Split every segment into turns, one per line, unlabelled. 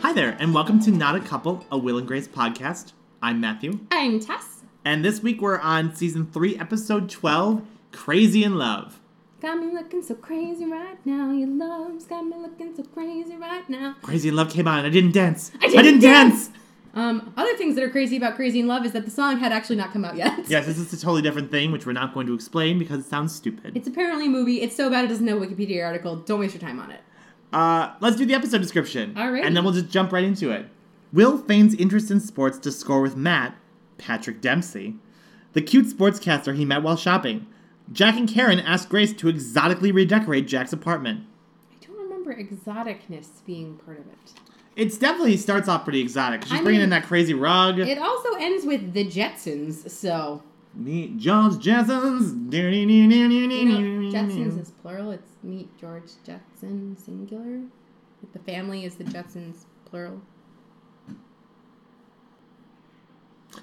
Hi there, and welcome to Not a Couple, a Will and Grace podcast. I'm Matthew,
I'm Tess.
and this week we're on season 3, episode 12 Crazy in Love.
Got me looking so crazy right now. Your love's got me looking so crazy right now.
Crazy in Love came on, and I didn't dance.
I didn't
dance.
Um, other things that are crazy about Crazy in Love is that the song had actually not come out yet.
Yes, this is a totally different thing, which we're not going to explain because it sounds stupid.
It's apparently a movie. It's so bad it doesn't have a Wikipedia article. Don't waste your time on it.
Uh, let's do the episode description.
Alrighty.
And then we'll just jump right into it. Will feigns interest in sports to score with Matt, Patrick Dempsey, the cute sportscaster he met while shopping. Jack and Karen ask Grace to exotically redecorate Jack's apartment.
I don't remember exoticness being part of it.
It's definitely starts off pretty exotic. She's
I
bringing in
mean-
that crazy rug.
It also ends with the Jetsons, so
Meet George Jetsons.
you know, Jetsons is plural. It's meet George Jetson singular. Like, The family is the Jetsons plural.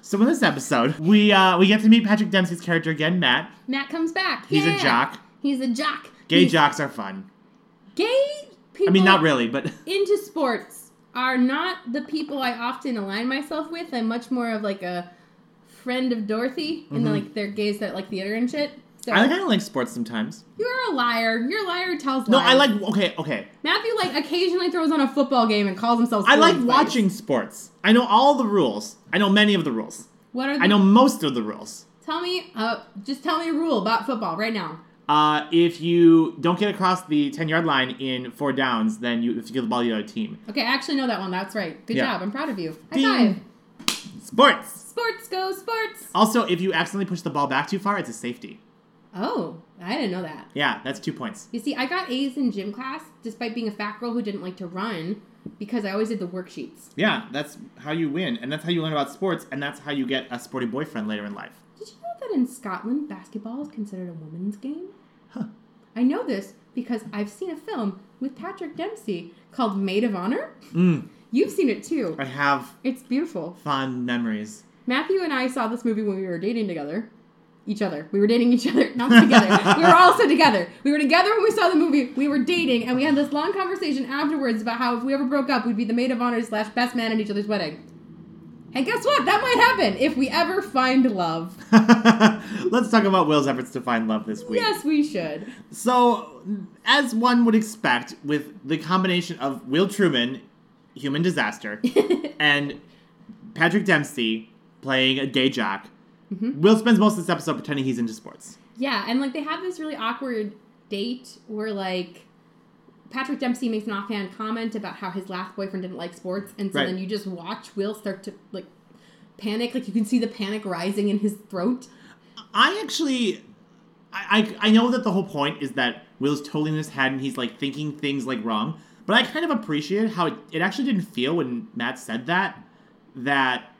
So in this episode, we uh, we get to meet Patrick Dempsey's character again, Matt.
Matt comes back.
He's
Yeah.
a jock.
He's a jock.
Gay
He's-
jocks are fun.
Gay people.
I mean, not really, but
into sports are not the people I often align myself with. I'm much more of like a friend of Dorothy, and
Mhm.
like they're gays that like theater and shit. So
I kind of like sports sometimes.
you're a liar. Your liar tells lies.
No, I like okay, okay.
Matthew. Like occasionally throws on a football game and calls himself.
I like
sports buddies.
watching sports. I know all the rules. I know many of the rules.
What are the,
I know most of the rules.
Tell me, uh, just tell me a rule about football right now.
Uh, if you don't get across the ten yard line in four downs, then you if you give the ball to the other team.
Okay, I actually know that one. That's right. Good
Yeah.
job. I'm proud of you. High
Ding.
five.
Sports.
Sports go sports.
Also, if you accidentally push the ball back too far, it's a safety.
Oh, I didn't know that.
Yeah, that's two points.
You see, I got A's in gym class despite being a fat girl who didn't like to run because I always did the worksheets.
Yeah, that's how you win, and that's how you learn about sports, and that's how you get a sporty boyfriend later in life.
Did you know that in Scotland, basketball is considered a woman's game?
Huh.
I know this because I've seen a film with Patrick Dempsey called Maid of Honor.
Mm,
You've seen it too.
I have
It's beautiful.
fond memories.
Matthew and I saw this movie when we were dating together. Each other. We were dating each other. Not together. we were also together. We were together when we saw the movie. We were dating, and we had this long conversation afterwards about how if we ever broke up, we'd be the maid of honor slash best man at each other's wedding. And guess what? That might happen if we ever find love.
Let's talk about Will's efforts to find love this week.
Yes, we should.
So, as one would expect, with the combination of Will Truman, human disaster, and Patrick Dempsey playing a gay jock,
Mhm.
Will spends most of this episode pretending he's into sports.
Yeah, and like they have this really awkward date where like Patrick Dempsey makes an offhand comment about how his last boyfriend didn't like sports, and so
Right.
then you just watch Will start to like panic. Like you can see the panic rising in his throat.
I actually, I, I I know that the whole point is that Will's totally in his head and he's like thinking things like wrong. But I kind of appreciated how it, it actually didn't feel when Matt said that that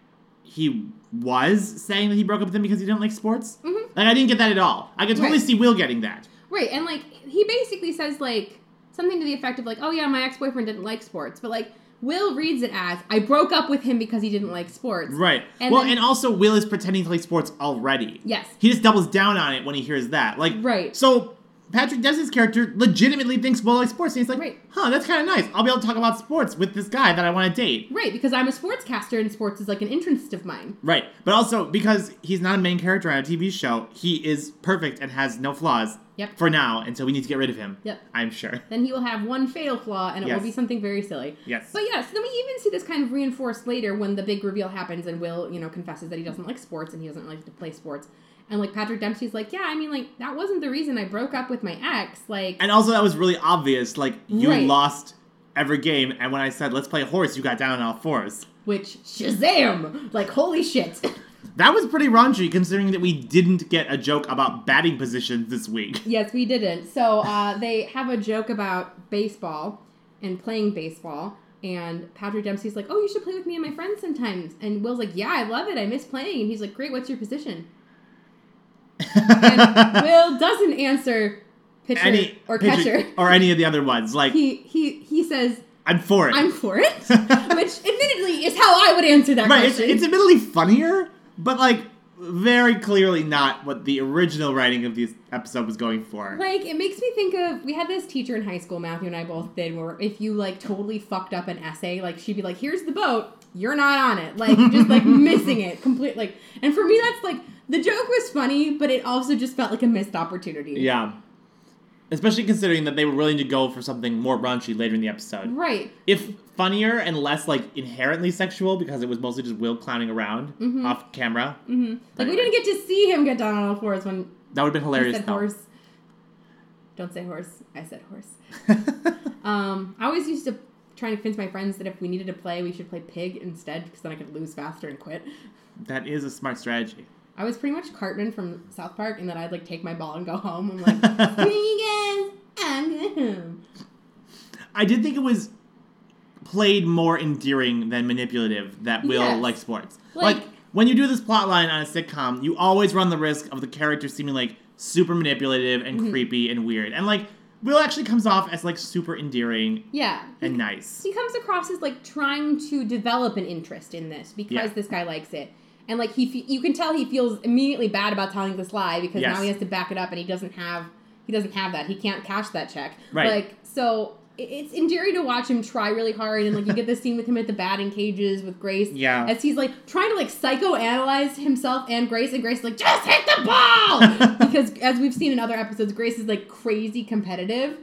he was saying that he broke up with him because he didn't like sports.
Mhm.
Like I didn't get that at all. I could totally
Right.
see Will getting that.
Right, and like he basically says like something to the effect of like, "Oh yeah, my ex-boyfriend didn't like sports," but like Will reads it as, "I broke up with him because he didn't like sports."
Right.
And
well,
then-
and also Will is pretending to like sports already.
Yes.
He just doubles down on it when he hears that. Like
Right.
So Patrick Dempsey's character legitimately thinks Will likes sports, and he's like,
Right.
"Huh, that's kind of nice. I'll be able to talk about sports with this guy that I want to date."
Right, because I'm a sportscaster and sports is like an interest of mine.
Right. But also because he's not a main character on a TV show, he is perfect and has no flaws.
Yep.
For now, and so we need to get rid of him.
Yep.
I'm sure.
Then he will have one fatal flaw and it
Yes.
will be something very silly.
Yes.
But yes, then we even see this kind of reinforced later when the big reveal happens and Will, you know, confesses that he doesn't like sports and he doesn't like to play sports. And like Patrick Dempsey's like, yeah, I mean, like that wasn't the reason I broke up with my ex. Like,
And also that was really obvious. Like you
Right.
lost every game, and when I said let's play horse, you got down on all fours.
which Shazam! Like, holy shit!
That was pretty raunchy considering that we didn't get a joke about batting positions this week.
yes, we didn't. So uh, they have a joke about baseball and playing baseball. And Patrick Dempsey's like, oh, you should play with me and my friends sometimes. And Will's like, yeah, I love it. I miss playing. And he's like, great, what's your position? and Will doesn't answer pitcher or
pitcher-
catcher.
or any of the other ones. Like
He he he says,
I'm for it.
"I'm for it," which admittedly is how I would answer that
right, it's,
question.
it's admittedly funnier, but like very clearly not what the original writing of this episode was going for.
Like it makes me think of we had this teacher in high school, Matthew and I both did, where if you like totally fucked up an essay, like she'd be like, "Here's the boat, you're not on it," like just like missing it completely. Like, and for me, that's like the joke was funny, but it also just felt like a missed opportunity.
Yeah. Especially considering that they were willing to go for something more raunchy later in the episode.
Right.
If funnier and less like inherently sexual because it was mostly just Will clowning around
Mhm.
off camera.
hmm Like
Right.
we didn't get to see him get down on all fours when
That would have been
he
hilarious
said
though.
horse. Don't say horse. I said horse. Um, I always used to try and convince my friends that if we needed to play, we should play pig instead because then I could lose faster and quit.
that is a smart strategy.
I was pretty much Cartman from South Park, and then I'd like take my ball and go home. I'm like, "See you guys, I'm going home."
I did think it was played more endearing than manipulative that Will
Yes.
likes sports.
Like-
Like, when you do this plot line on a sitcom, you always run the risk of the character seeming like super manipulative and
Mm-hmm.
creepy and weird. And like Will actually comes off as like super endearing
Yeah,
and nice.
he comes across as like trying to develop an interest in this because
Yeah.
this guy likes it and like he fe- you can tell he feels immediately bad about telling this lie because
Yes.
now he has to back it up and he doesn't have he doesn't have that he can't cash that check
Right.
like so i- it's endearing to watch him try really hard and like you get this scene with him at the batting cages with grace
Yeah.
as he's like trying to like psychoanalyze himself and grace and grace is like just hit the ball because as we've seen in other episodes grace is like crazy competitive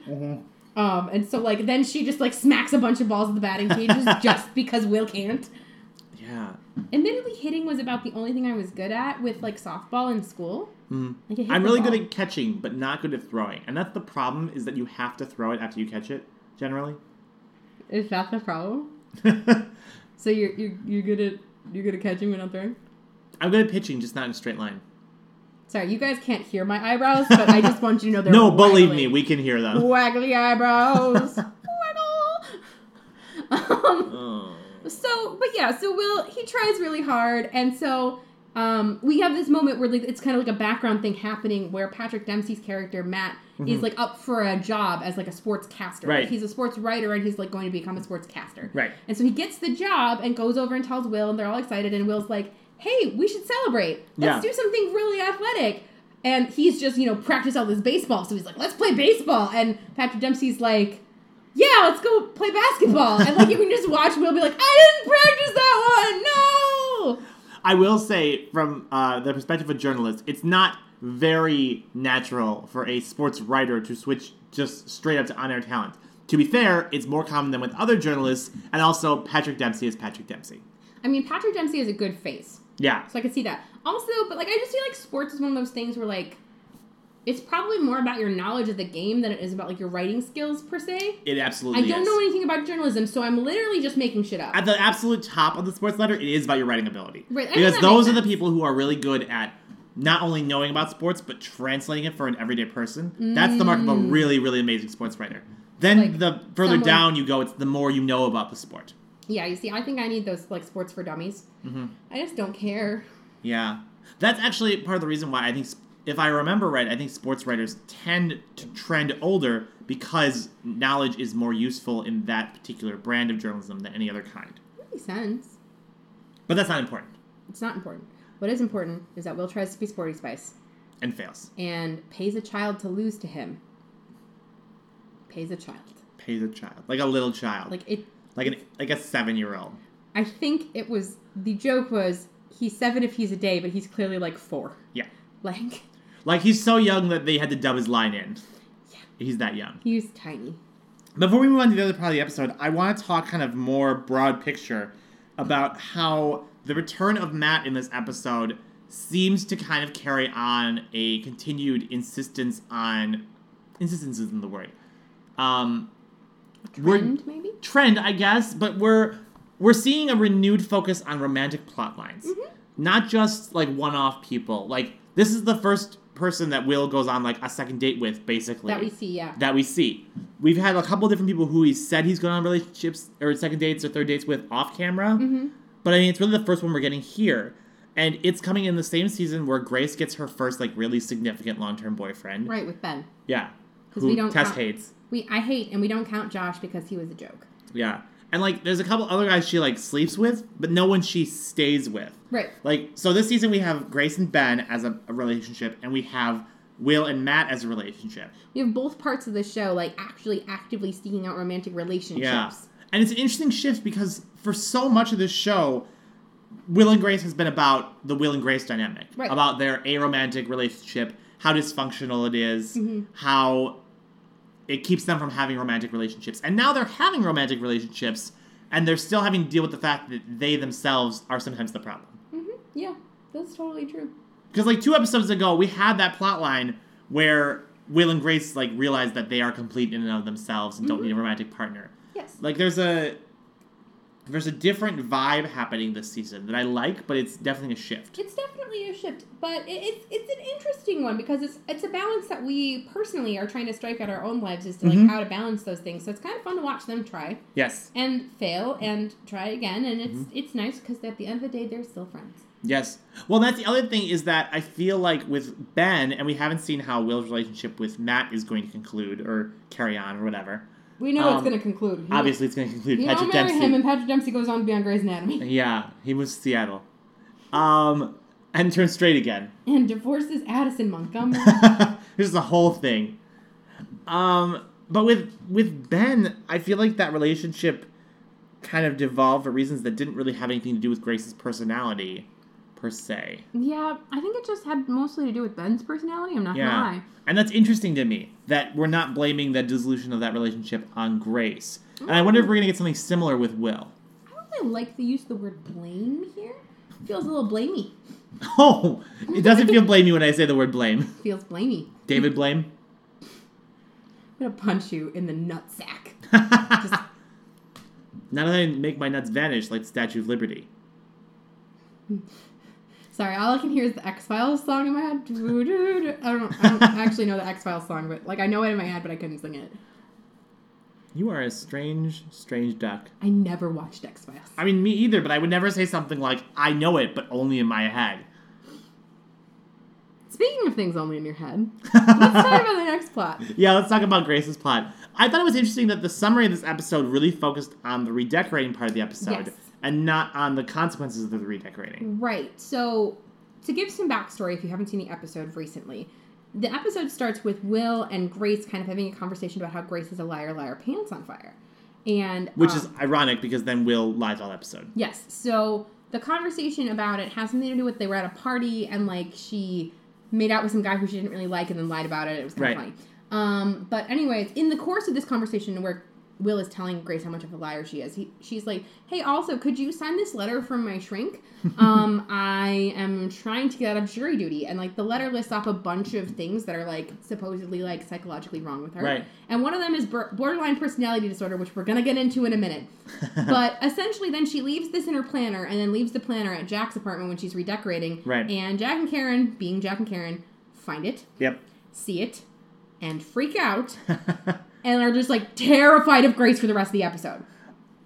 um, and so like then she just like smacks a bunch of balls at the batting cages just because Will can't.
Yeah.
Admittedly, hitting was about the only thing I was good at with like softball in school.
Mhm.
Like, I hit
I'm
the
really
ball.
good at catching, but not good at throwing. And that's the problem is that you have to throw it after you catch it, generally.
Is that the problem? So you're you're you're good at you're good at catching but not throwing.
I'm good at pitching, just not in a straight line.
Sorry, you guys can't hear my eyebrows, but I just want you to know they're
no, believe
waggly.
me, we can hear them.
waggly eyebrows. Waggle. Um,
Oh.
So, but yeah, so Will he tries really hard, and so um, we have this moment where like, it's kind of like a background thing happening where Patrick Dempsey's character Matt is like up for a job as like a sportscaster. Like,
Right.
he's a sports writer, and he's like going to become a sportscaster.
Right.
And so he gets the job and goes over and tells Will, and they're all excited. And Will's like, "Hey, we should celebrate. Let's
Yeah.
do something really athletic." And he's just you know practice all this baseball. So he's like, "Let's play baseball." And Patrick Dempsey's like, "Yeah, let's go play basketball." And like you can just watch Will be like, "I didn't practice that one. No."
I will say, from uh, the perspective of a journalist, it's not very natural for a sports writer to switch just straight up to on air talent. To be fair, it's more common than with other journalists, and also Patrick Dempsey is Patrick Dempsey.
I mean, Patrick Dempsey has a good face.
Yeah.
So I could see that. Also, but like I just feel like sports is one of those things where like it's probably more about your knowledge of the game than it is about like your writing skills per se.
It
I
absolutely
don't
is.
know anything about journalism, so I'm literally just making shit up.
At the absolute top of the sports ladder, it is about your writing ability.
Right, I think
because
that
those
makes
are the
sense.
people who are really good at not only knowing about sports, but translating it for an everyday person. That's the mark of a really, really amazing sports writer. Then
Mm. Like
the further
someone-
down you go, it's the more you know about the sport.
yeah, you see, I think I need those like sports for dummies.
Mhm.
I just don't care.
Yeah, that's actually part of the reason why I think, sp- if I remember right, I think sports writers tend to trend older because knowledge is more useful in that particular brand of journalism than any other kind.
That makes sense.
But that's not important,
It's not important. What is important is that Will tries to be sporty spice
and fails.
and pays a child to lose to him. Pays a child.
Pays a child, like a little child, like
Like it
like an like a seven year old.
I think it was the joke was he's seven if he's a day, but he's clearly like four.
Yeah,
Like
like he's so young that they had to dub his line in. He's that young.
he's tiny.
Before we move on to the other part of the episode, I want to talk kind of more broad picture about how the return of Matt in this episode seems to kind of carry on a continued insistence on insistence isn't the word. Um, We're-
Trend, maybe?
trend, I guess, but we're we're seeing a renewed focus on romantic plot lines.
Mm-hmm.
Not just like one-off people. Like this is the first person that Will goes on like a second date with basically
That we see, yeah.
that we see. We've had a couple different people who he said he's going on relationships or second dates or third dates with off camera.
Mm-hmm.
But I mean, it's really the first one we're getting here. And it's coming in the same season where Grace gets her first, like, really significant long term boyfriend.
Right with Ben.
Yeah.
'Cause
Who
we don't
Tess
count-
hates.
We I hate and we don't count Josh because he was a joke.
Yeah. And like, there's a couple other guys she like sleeps with, but no one she stays with.
Right.
Like, so this season we have Grace and Ben as a, a relationship, and we have Will and Matt as a relationship.
You have both parts of the show like actually actively seeking out romantic relationships.
Yeah. And it's an interesting shift because for so much of this show, Will and Grace has been about the Will and Grace dynamic,
Right.
about their aromantic relationship, how dysfunctional it is, how it keeps them from having romantic relationships. And now they're having romantic relationships, and they're still having to deal with the fact that they themselves are sometimes the problem.
Mm-hmm. Yeah, that's totally true.
Because like two episodes ago, we had that plot line where Will and Grace like realize that they are complete in and of themselves and don't need a romantic partner.
Yes.
Like there's a there's a different vibe happening this season that I like, but it's definitely a shift.
It's definitely a shift, but it, it's it's an interesting one because it's it's a balance that we personally are trying to strike at our own lives as to like
Mhm.
how to balance those things. So it's kind of fun to watch them try
Yes,
and fail and try again, and it's
Mm-hmm.
it's nice because at the end of the day they're still friends.
yes. Well, that's the other thing is that I feel like with Ben, and we haven't seen how Will's relationship with Matt is going to conclude or carry on or whatever.
We know it's
Um,
going to conclude. He-
Obviously, it's going to conclude.
you don't
Patrick
marry
Dempsey.
him, and Patrick Dempsey goes on to be on Grey's Anatomy
yeah, he moves to Seattle, um, and turns straight again.
and divorces Addison Montgomery.
this is the whole thing. Um, but with with Ben, I feel like that relationship kind of devolved for reasons that didn't really have anything to do with Grace's personality, per se.
yeah, I think it just had mostly to do with Ben's personality. I'm not
Yeah, and that's interesting to me that we're not blaming the dissolution of that relationship on Grace. And I wonder if we're gonna get something similar with Will.
I don't really like the use of the word blame here. Feels a little blamey.
Oh, it doesn't feel blamey when I say the word blame.
Feels blamey.
David blame.
I'm gonna punch you in the nutsack.
Not that I make my nuts vanish like the Statue of Liberty.
Sorry, all I can hear is the X Files song in my head. Doo, doo, doo. I don't, I don't actually know the X Files song, but like I know it in my head, but I couldn't sing it.
You are a strange, strange duck.
I never watched X Files.
I mean, me either, but I would never say something like, I know it, but only in my head.
Speaking of things only in your head, let's talk about the next plot.
yeah, let's talk about Grace's plot. I thought it was interesting that the summary of this episode really focused on the redecorating part of the episode
Yes.
and not on the consequences of the redecorating.
Right. So, to give some backstory, if you haven't seen the episode recently, the episode starts with Will and Grace kind of having a conversation about how Grace is a liar, liar, pants on fire, and
Which
um,
is ironic because then Will lies all episode.
Yes. So the conversation about it has something to do with they were at a party and like she made out with some guy who she didn't really like and then lied about it. It was kind of
Right.
funny. Um, but anyways, in the course of this conversation, where Will is telling Grace how much of a liar she is, he, she's like, "Hey, also, could you sign this letter from my shrink? um, I am trying to get out of jury duty." And like the letter lists off a bunch of things that are like supposedly like psychologically wrong with her,
Right.
and one of them is bor- borderline personality disorder, which we're gonna get into in a minute but essentially, then she leaves this in her planner and then leaves the planner at Jack's apartment when she's redecorating.
Right.
And Jack and Karen, being Jack and Karen, find it,
Yep.
see it, and freak out, and are just like terrified of Grace for the rest of the episode.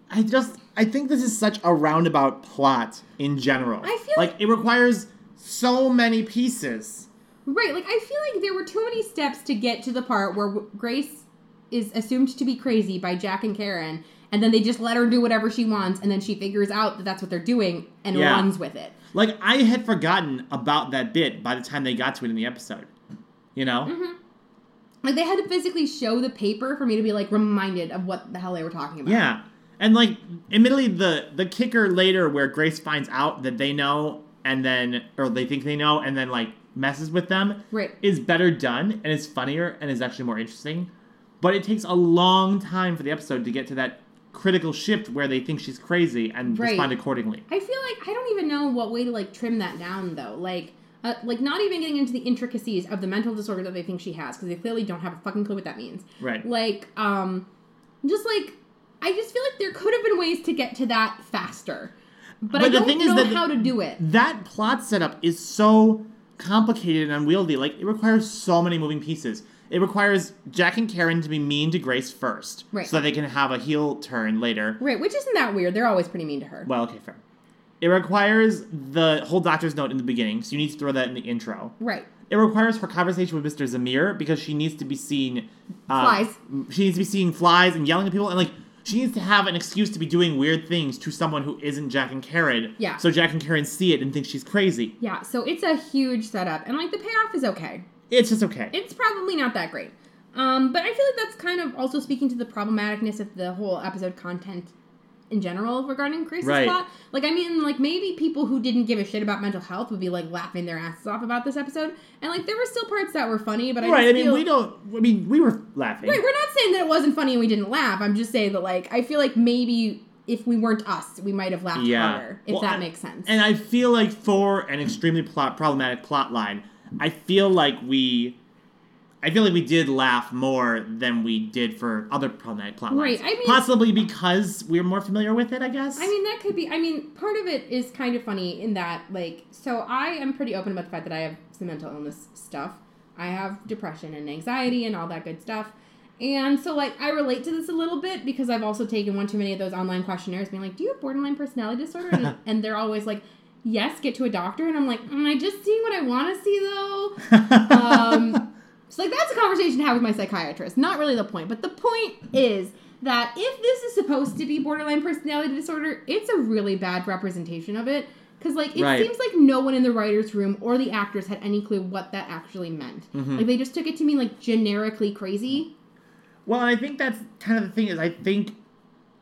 I just I think this is such a roundabout plot in general.
I feel
like it requires so many pieces.
Right. Like, I feel like there were too many steps to get to the part where w- Grace is assumed to be crazy by Jack and Karen, and then they just let her do whatever she wants, and then she figures out that that's what they're doing and
Yeah.
runs with it.
Like I had forgotten about that bit by the time they got to it in the episode. You know?
Mm-hmm. Like, they had to physically show the paper for me to be like reminded of what the hell they were talking about.
Yeah. And like admittedly the the kicker later where Grace finds out that they know and then or they think they know and then like messes with them
Right.
is better done and is funnier and is actually more interesting. But it takes a long time for the episode to get to that critical shift where they think she's crazy and
Right.
respond accordingly.
I feel like I don't even know what way to like trim that down though. Like, uh, like not even getting into the intricacies of the mental disorder that they think she has because they clearly don't have a fucking clue what that means.
Right.
Like, um, just like I just feel like there could have been ways to get to that faster, but, I
But the
don't
thing is
know
that the-
how to do it.
that plot setup is so complicated and unwieldy. Like it requires so many moving pieces. It requires Jack and Karen to be mean to Grace first,
Right.
so that they can have a heel turn later.
Right, which isn't that weird. They're always pretty mean to her.
Well, okay, fair. It requires the whole doctor's note in the beginning, so you need to throw that in the intro.
Right.
It requires her conversation with Mr. Zamir because she needs to be seen uh,
Flies.
She needs to be seeing flies and yelling at people, and like she needs to have an excuse to be doing weird things to someone who isn't Jack and Karen.
Yeah.
So Jack and Karen see it and think she's crazy.
Yeah, so it's a huge setup, and like the payoff is okay.
It's just okay.
It's probably not that great, um, but I feel like that's kind of also speaking to the problematicness of the whole episode content in general regarding Grace's
Right.
plot. Like, I mean, like maybe people who didn't give a shit about mental health would be like laughing their asses off about this episode, and like there were still parts that were funny, but I
right.
Just
I mean,
feel,
we don't. I mean, we were laughing.
Right, we're not saying that it wasn't funny and we didn't laugh. I'm just saying that like I feel like maybe if we weren't us, we might have laughed
Yeah.
harder. If
Well,
that
and-
makes sense.
And I feel like for an extremely plot problematic plot line, I feel like we I feel like we did laugh more than we did for other problematic plot lines.
Right, I mean-
Possibly because we're more familiar with it, I guess.
I mean, that could be. I mean, part of it is kind of funny in that, like, so I am pretty open about the fact that I have some mental illness stuff. I have depression and anxiety and all that good stuff. And so, like, I relate to this a little bit because I've also taken one too many of those online questionnaires being like, do you have borderline personality disorder? And, and they're always like, yes, get to a doctor. And I'm like, am I just seeing what I want to see though? um, so like that's a conversation to have with my psychiatrist. Not really the point, but the point is that if this is supposed to be borderline personality disorder, it's a really bad representation of it. Because like it
Right.
seems like no one in the writers' room or the actors had any clue what that actually meant.
Mhm.
Like they just took it to mean like generically crazy.
Well, I think that's kind of the thing is I think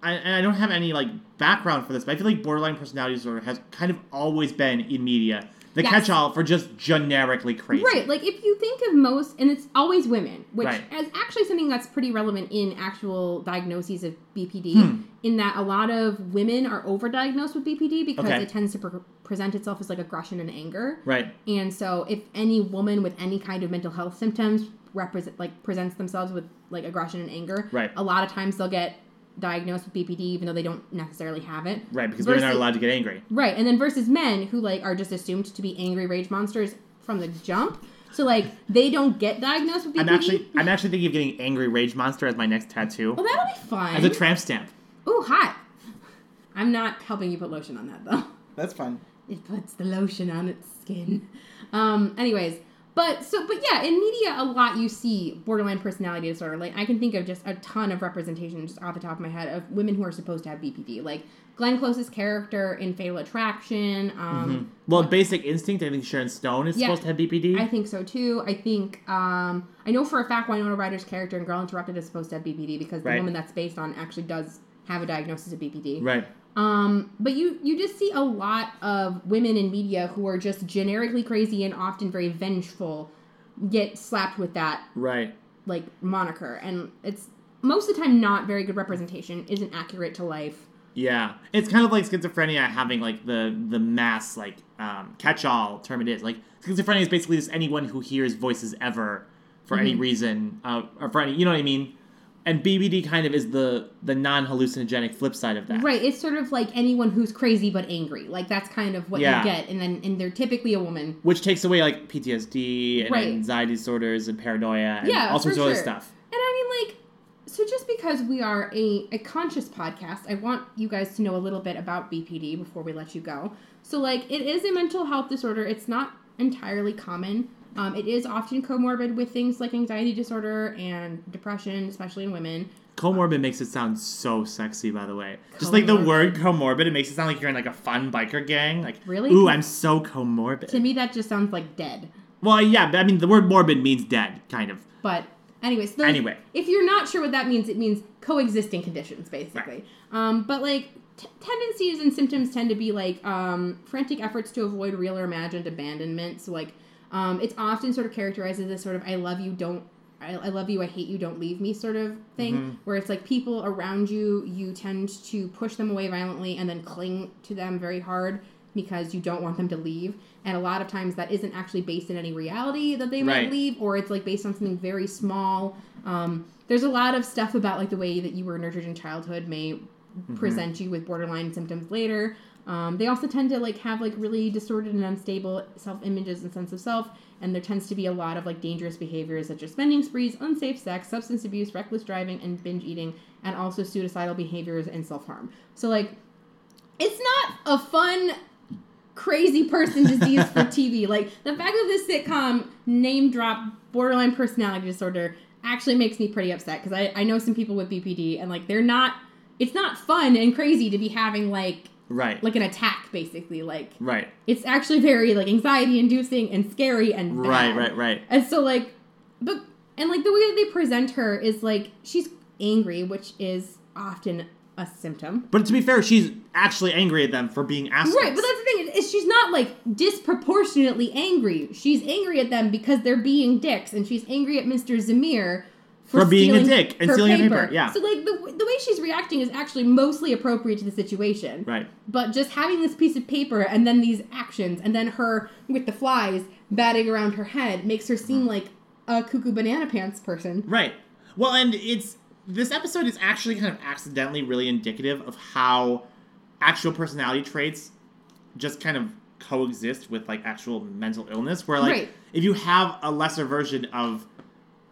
I, and I don't have any like background for this, but I feel like borderline personality disorder has kind of always been in media the
Yes.
catch-all for just generically crazy.
Right. Like if you think of most, and it's always women, which
Right.
is actually something that's pretty relevant in actual diagnoses of BPD,
Hmm.
in that a lot of women are overdiagnosed with BPD because
Okay.
it tends to pre- present itself as like aggression and anger.
Right.
And so if any woman with any kind of mental health symptoms represent like presents themselves with like aggression and anger,
Right.
a lot of times they'll get diagnosed with BPD even though they don't necessarily have it.
Right, because women aren't
Versus-
allowed to get angry.
Right, and then versus men who like are just assumed to be angry rage monsters from the jump. So like they don't get diagnosed with BPD.
I'm actually I'm actually thinking of getting angry rage monster as my next tattoo.
well, that'll be fun.
As a tramp stamp.
Ooh, hot. I'm not helping you put lotion on that though.
That's fine.
It puts the lotion on its skin. Um. Anyways, but so but yeah, in media a lot you see borderline personality disorder. Like I can think of just a ton of representation just off the top of my head of women who are supposed to have BPD. Like Glenn Close's character in Fatal Attraction. Um.
Well, Basic Instinct, I think Sharon Stone is
Yeah.
supposed to have BPD.
I think so too. I think um, I know for a fact Winona Ryder's character in Girl Interrupted is supposed to have BPD because the
Right.
woman that's based on actually does have a diagnosis of BPD.
right.
Um, but you you just see a lot of women in media who are just generically crazy and often very vengeful get slapped with that
Right.
like moniker, and it's most of the time not very good representation. Isn't accurate to life.
Yeah. It's kind of like schizophrenia having like the the mass like um, catch all term it is. Like schizophrenia is basically just anyone who hears voices ever for
Mm-hmm.
any reason uh, or for any you know what I mean. And BBD kind of is the the non hallucinogenic flip side of that.
Right, it's sort of like anyone who's crazy but angry. Like that's kind of what
Yeah.
you get, and then and they're typically a woman.
Which takes away like PTSD and
Right.
anxiety disorders and paranoia and
Yeah,
all sorts
for
of other
sure.
stuff.
And I mean, like, so just because we are a, a conscious podcast, I want you guys to know a little bit about BPD before we let you go. So, like, it is a mental health disorder, it's not entirely common. Um, it is often comorbid with things like anxiety disorder and depression, especially in women.
Comorbid makes it sound so sexy, by the way. Just like the
Comorbid.
word comorbid, it makes it sound like you're in like a fun biker gang. Like,
Really?
Ooh, I'm so comorbid.
To me, that just sounds like dead.
well, yeah, but I mean, the word morbid means dead, kind of.
But anyways, so
Anyway.
if you're not sure what that means, it means coexisting conditions, basically. Um, but like t- tendencies and symptoms tend to be like um, frantic efforts to avoid real or imagined abandonment. So like um, it's often sort of characterized as this sort of "I love you, don't." I, I love you, I hate you, don't leave me sort of thing,
Mm-hmm.
where it's like people around you, you tend to push them away violently and then cling to them very hard because you don't want them to leave. And a lot of times that isn't actually based in any reality that they
Right.
might leave, or it's like based on something very small. Um, there's a lot of stuff about like the way that you were nurtured in childhood may present you with borderline symptoms later. Um, they also tend to like have like really distorted and unstable self images and sense of self, and there tends to be a lot of like dangerous behaviors such as spending sprees, unsafe sex, substance abuse, reckless driving, and binge eating, and also suicidal behaviors and self harm. So like, it's not a fun crazy person disease for TV. Like the fact that this sitcom name drop borderline personality disorder actually makes me pretty upset because I, I know some people with BPD and like they're not. it's not fun and crazy to be having like
Right.
like an attack basically like
right.
it's actually very like anxiety inducing and scary and bad.
Right, right, right.
and so like but and like the way that they present her is like she's angry which is often a symptom
But to be fair, she's actually angry at them for being assholes.
Right, but that's the thing. Is she's not like disproportionately angry. She's angry at them because they're being dicks, and she's angry at Mr. Zamir
For being a dick and stealing her paper, yeah.
So like the the way she's reacting is actually mostly appropriate to the situation.
Right.
But just having this piece of paper and then these actions and then her with the flies batting around her head makes her
Mm-hmm.
seem like a cuckoo banana pants person.
Right. Well, and it's this episode is actually kind of accidentally really indicative of how actual personality traits just kind of coexist with like actual mental illness where like
Right.
if you have a lesser version of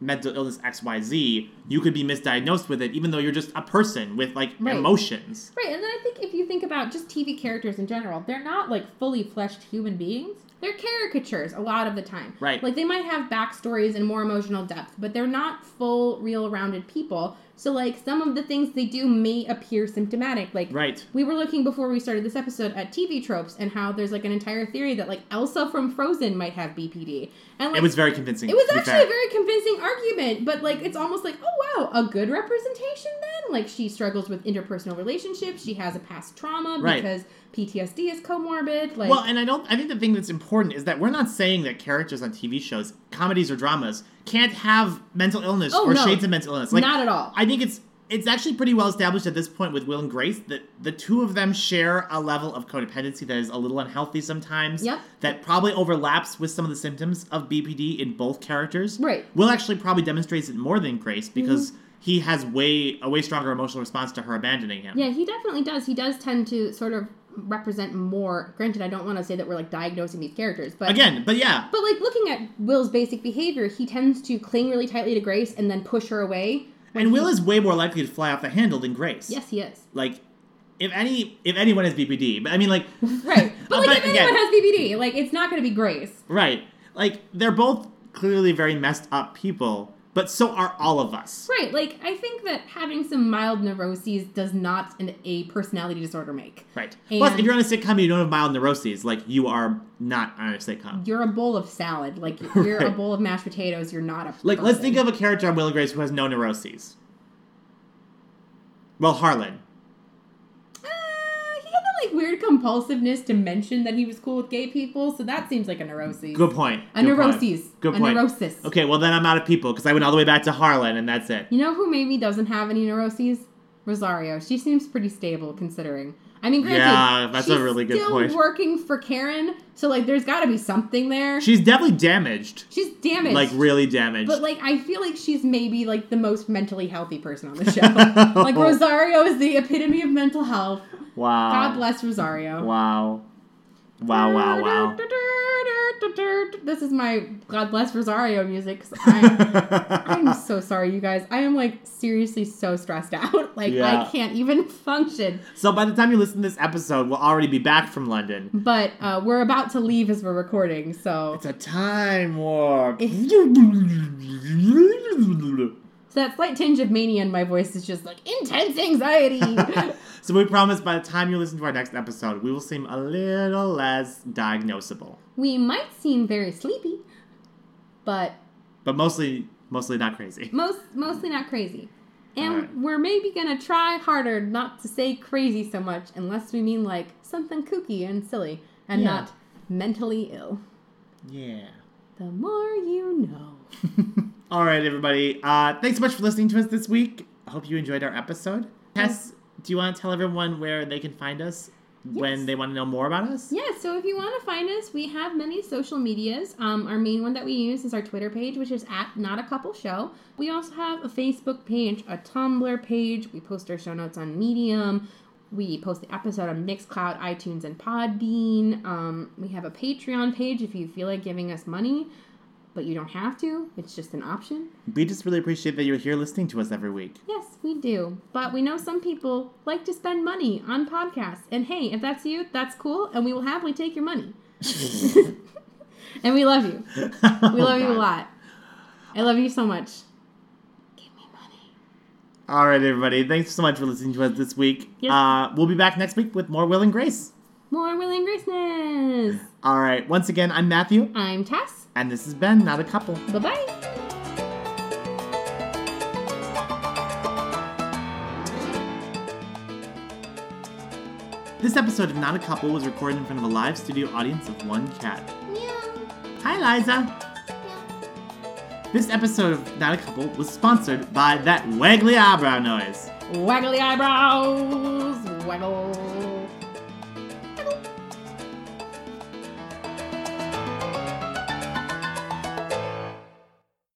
mental illness xyz you could be misdiagnosed with it even though you're just a person with like
Right.
emotions
Right, and then I think if you think about just TV characters in general, they're not like fully fleshed human beings. They're caricatures a lot of the time.
Right.
Like they might have backstories and more emotional depth, but they're not full, real, rounded people. So like some of the things they do may appear symptomatic. Like
right
we were looking before we started this episode at TV tropes and how there's like an entire theory that like Elsa from Frozen might have BPD. And like
it was very convincing
it was
to be
actually
fair.
a very convincing argument, but like it's almost like, oh wow, a good representation then? Like she struggles with interpersonal relationships, she has a past trauma
Right.
because PTSD is comorbid, like
well, and I don't. I think the thing that's important is that we're not saying that characters on TV shows, comedies or dramas, can't have mental illness
Oh,
or
no.
shades of mental illness. Like,
not at all.
I think it's it's actually pretty well established at this point with Will and Grace that the two of them share a level of codependency that is a little unhealthy sometimes.
Yep.
That probably overlaps with some of the symptoms of BPD in both characters.
Right. Mm-hmm.
Will actually probably demonstrates it more than Grace because he has way a way stronger emotional response to her abandoning him.
yeah, he definitely does. He does tend to sort of represent more granted I don't want to say that we're like diagnosing these characters, but
Again, but yeah,
but like looking at Will's basic behavior, he tends to cling really tightly to Grace and then push her away. when
and
he-
Will is way more likely to fly off the handle than Grace.
Yes, he is.
Like, if any, if anyone has BPD, but I mean, like,
Right. But like
But
if anyone
again-
has BPD, like it's not gonna be Grace.
right? Like, they're both clearly very messed up people, but so are all of us.
Right, like I think that having some mild neuroses does not an, a personality disorder make.
Right. Plus,
And-
if you're on a sitcom and you don't have mild neuroses, like, you are not on a sitcom.
You're a bowl of salad, like you're a
Right.
bowl of mashed potatoes. You're not a
Like, let's
person.
think of a character on Will and Grace who has no neuroses. Well, Harlan.
Uh, he had that like weird compulsiveness to mention that he was cool with gay people, so that seems like a neurosis.
Good point.
A
Good
neuroses.
Point. Good
a
point.
neurosis.
Okay, well then I'm out of people because I went all the way back to Harlan and that's it.
You know who maybe doesn't have any neuroses? Rosario. She seems pretty stable considering. I mean, granted,
Yeah, that's a
she's
really good
still
point.
working for Karen, so like there's got to be something there.
She's definitely damaged.
She's damaged.
Like really damaged.
But like, I feel like she's maybe like the most mentally healthy person on the show. like Rosario is the epitome of mental health.
Oh, Wow.
God bless Rosario.
Wow. Wow, wow, wow.
This is my God bless Rosario music. 'cause I'm, I'm so sorry, you guys. I am like seriously so stressed out. Like
Yeah.
I can't even function.
so by the time you listen to this episode, we'll already be back from London.
But uh, we're about to leave as we're recording, so
It's a time warp.
so that slight tinge of mania in my voice is just like intense anxiety.
so we promise by the time you listen to our next episode, we will seem a little less diagnosable.
We might seem very sleepy, but
But mostly mostly not crazy.
most mostly not crazy. And
Alright.
we're maybe gonna try harder not to say crazy so much unless we mean like something kooky and silly and
Yeah.
not mentally ill.
Yeah.
The more you know.
All right, everybody. Uh, thanks so much for listening to us this week. I hope you enjoyed our episode. Tess, do you want to tell everyone where they can find us when
Yes.
they want to know more about us?
Yeah, so if you want to find us, we have many social medias. Um, our main one that we use is our Twitter page, which is at Not a Couple Show. We also have a Facebook page, a Tumblr page. We post our show notes on Medium. We post the episode on Mixcloud, iTunes, and Podbean. Um, we have a Patreon page if you feel like giving us money, but you don't have to. It's just an option.
We just really appreciate that you're here listening to us every week.
Yes, we do. But we know some people like to spend money on podcasts. And hey, if that's you, that's cool. And we will happily take your money. and we love you.
we
We love you a lot. I love you so much. Give me money.
All right, everybody. Thanks so much for listening to us this week.
Yes.
Uh, we'll be back next week with more Will and Grace.
More Will and Graceness.
All right. Once again, I'm Matthew,
I'm Tess.
and this has been Not a Couple.
Bye bye.
This episode of Not a Couple was recorded in front of a live studio audience of one cat.
Meow.
Hi, Liza.
Meow.
This episode of Not a Couple was sponsored by that waggly eyebrow noise.
Waggly eyebrows. Waggle.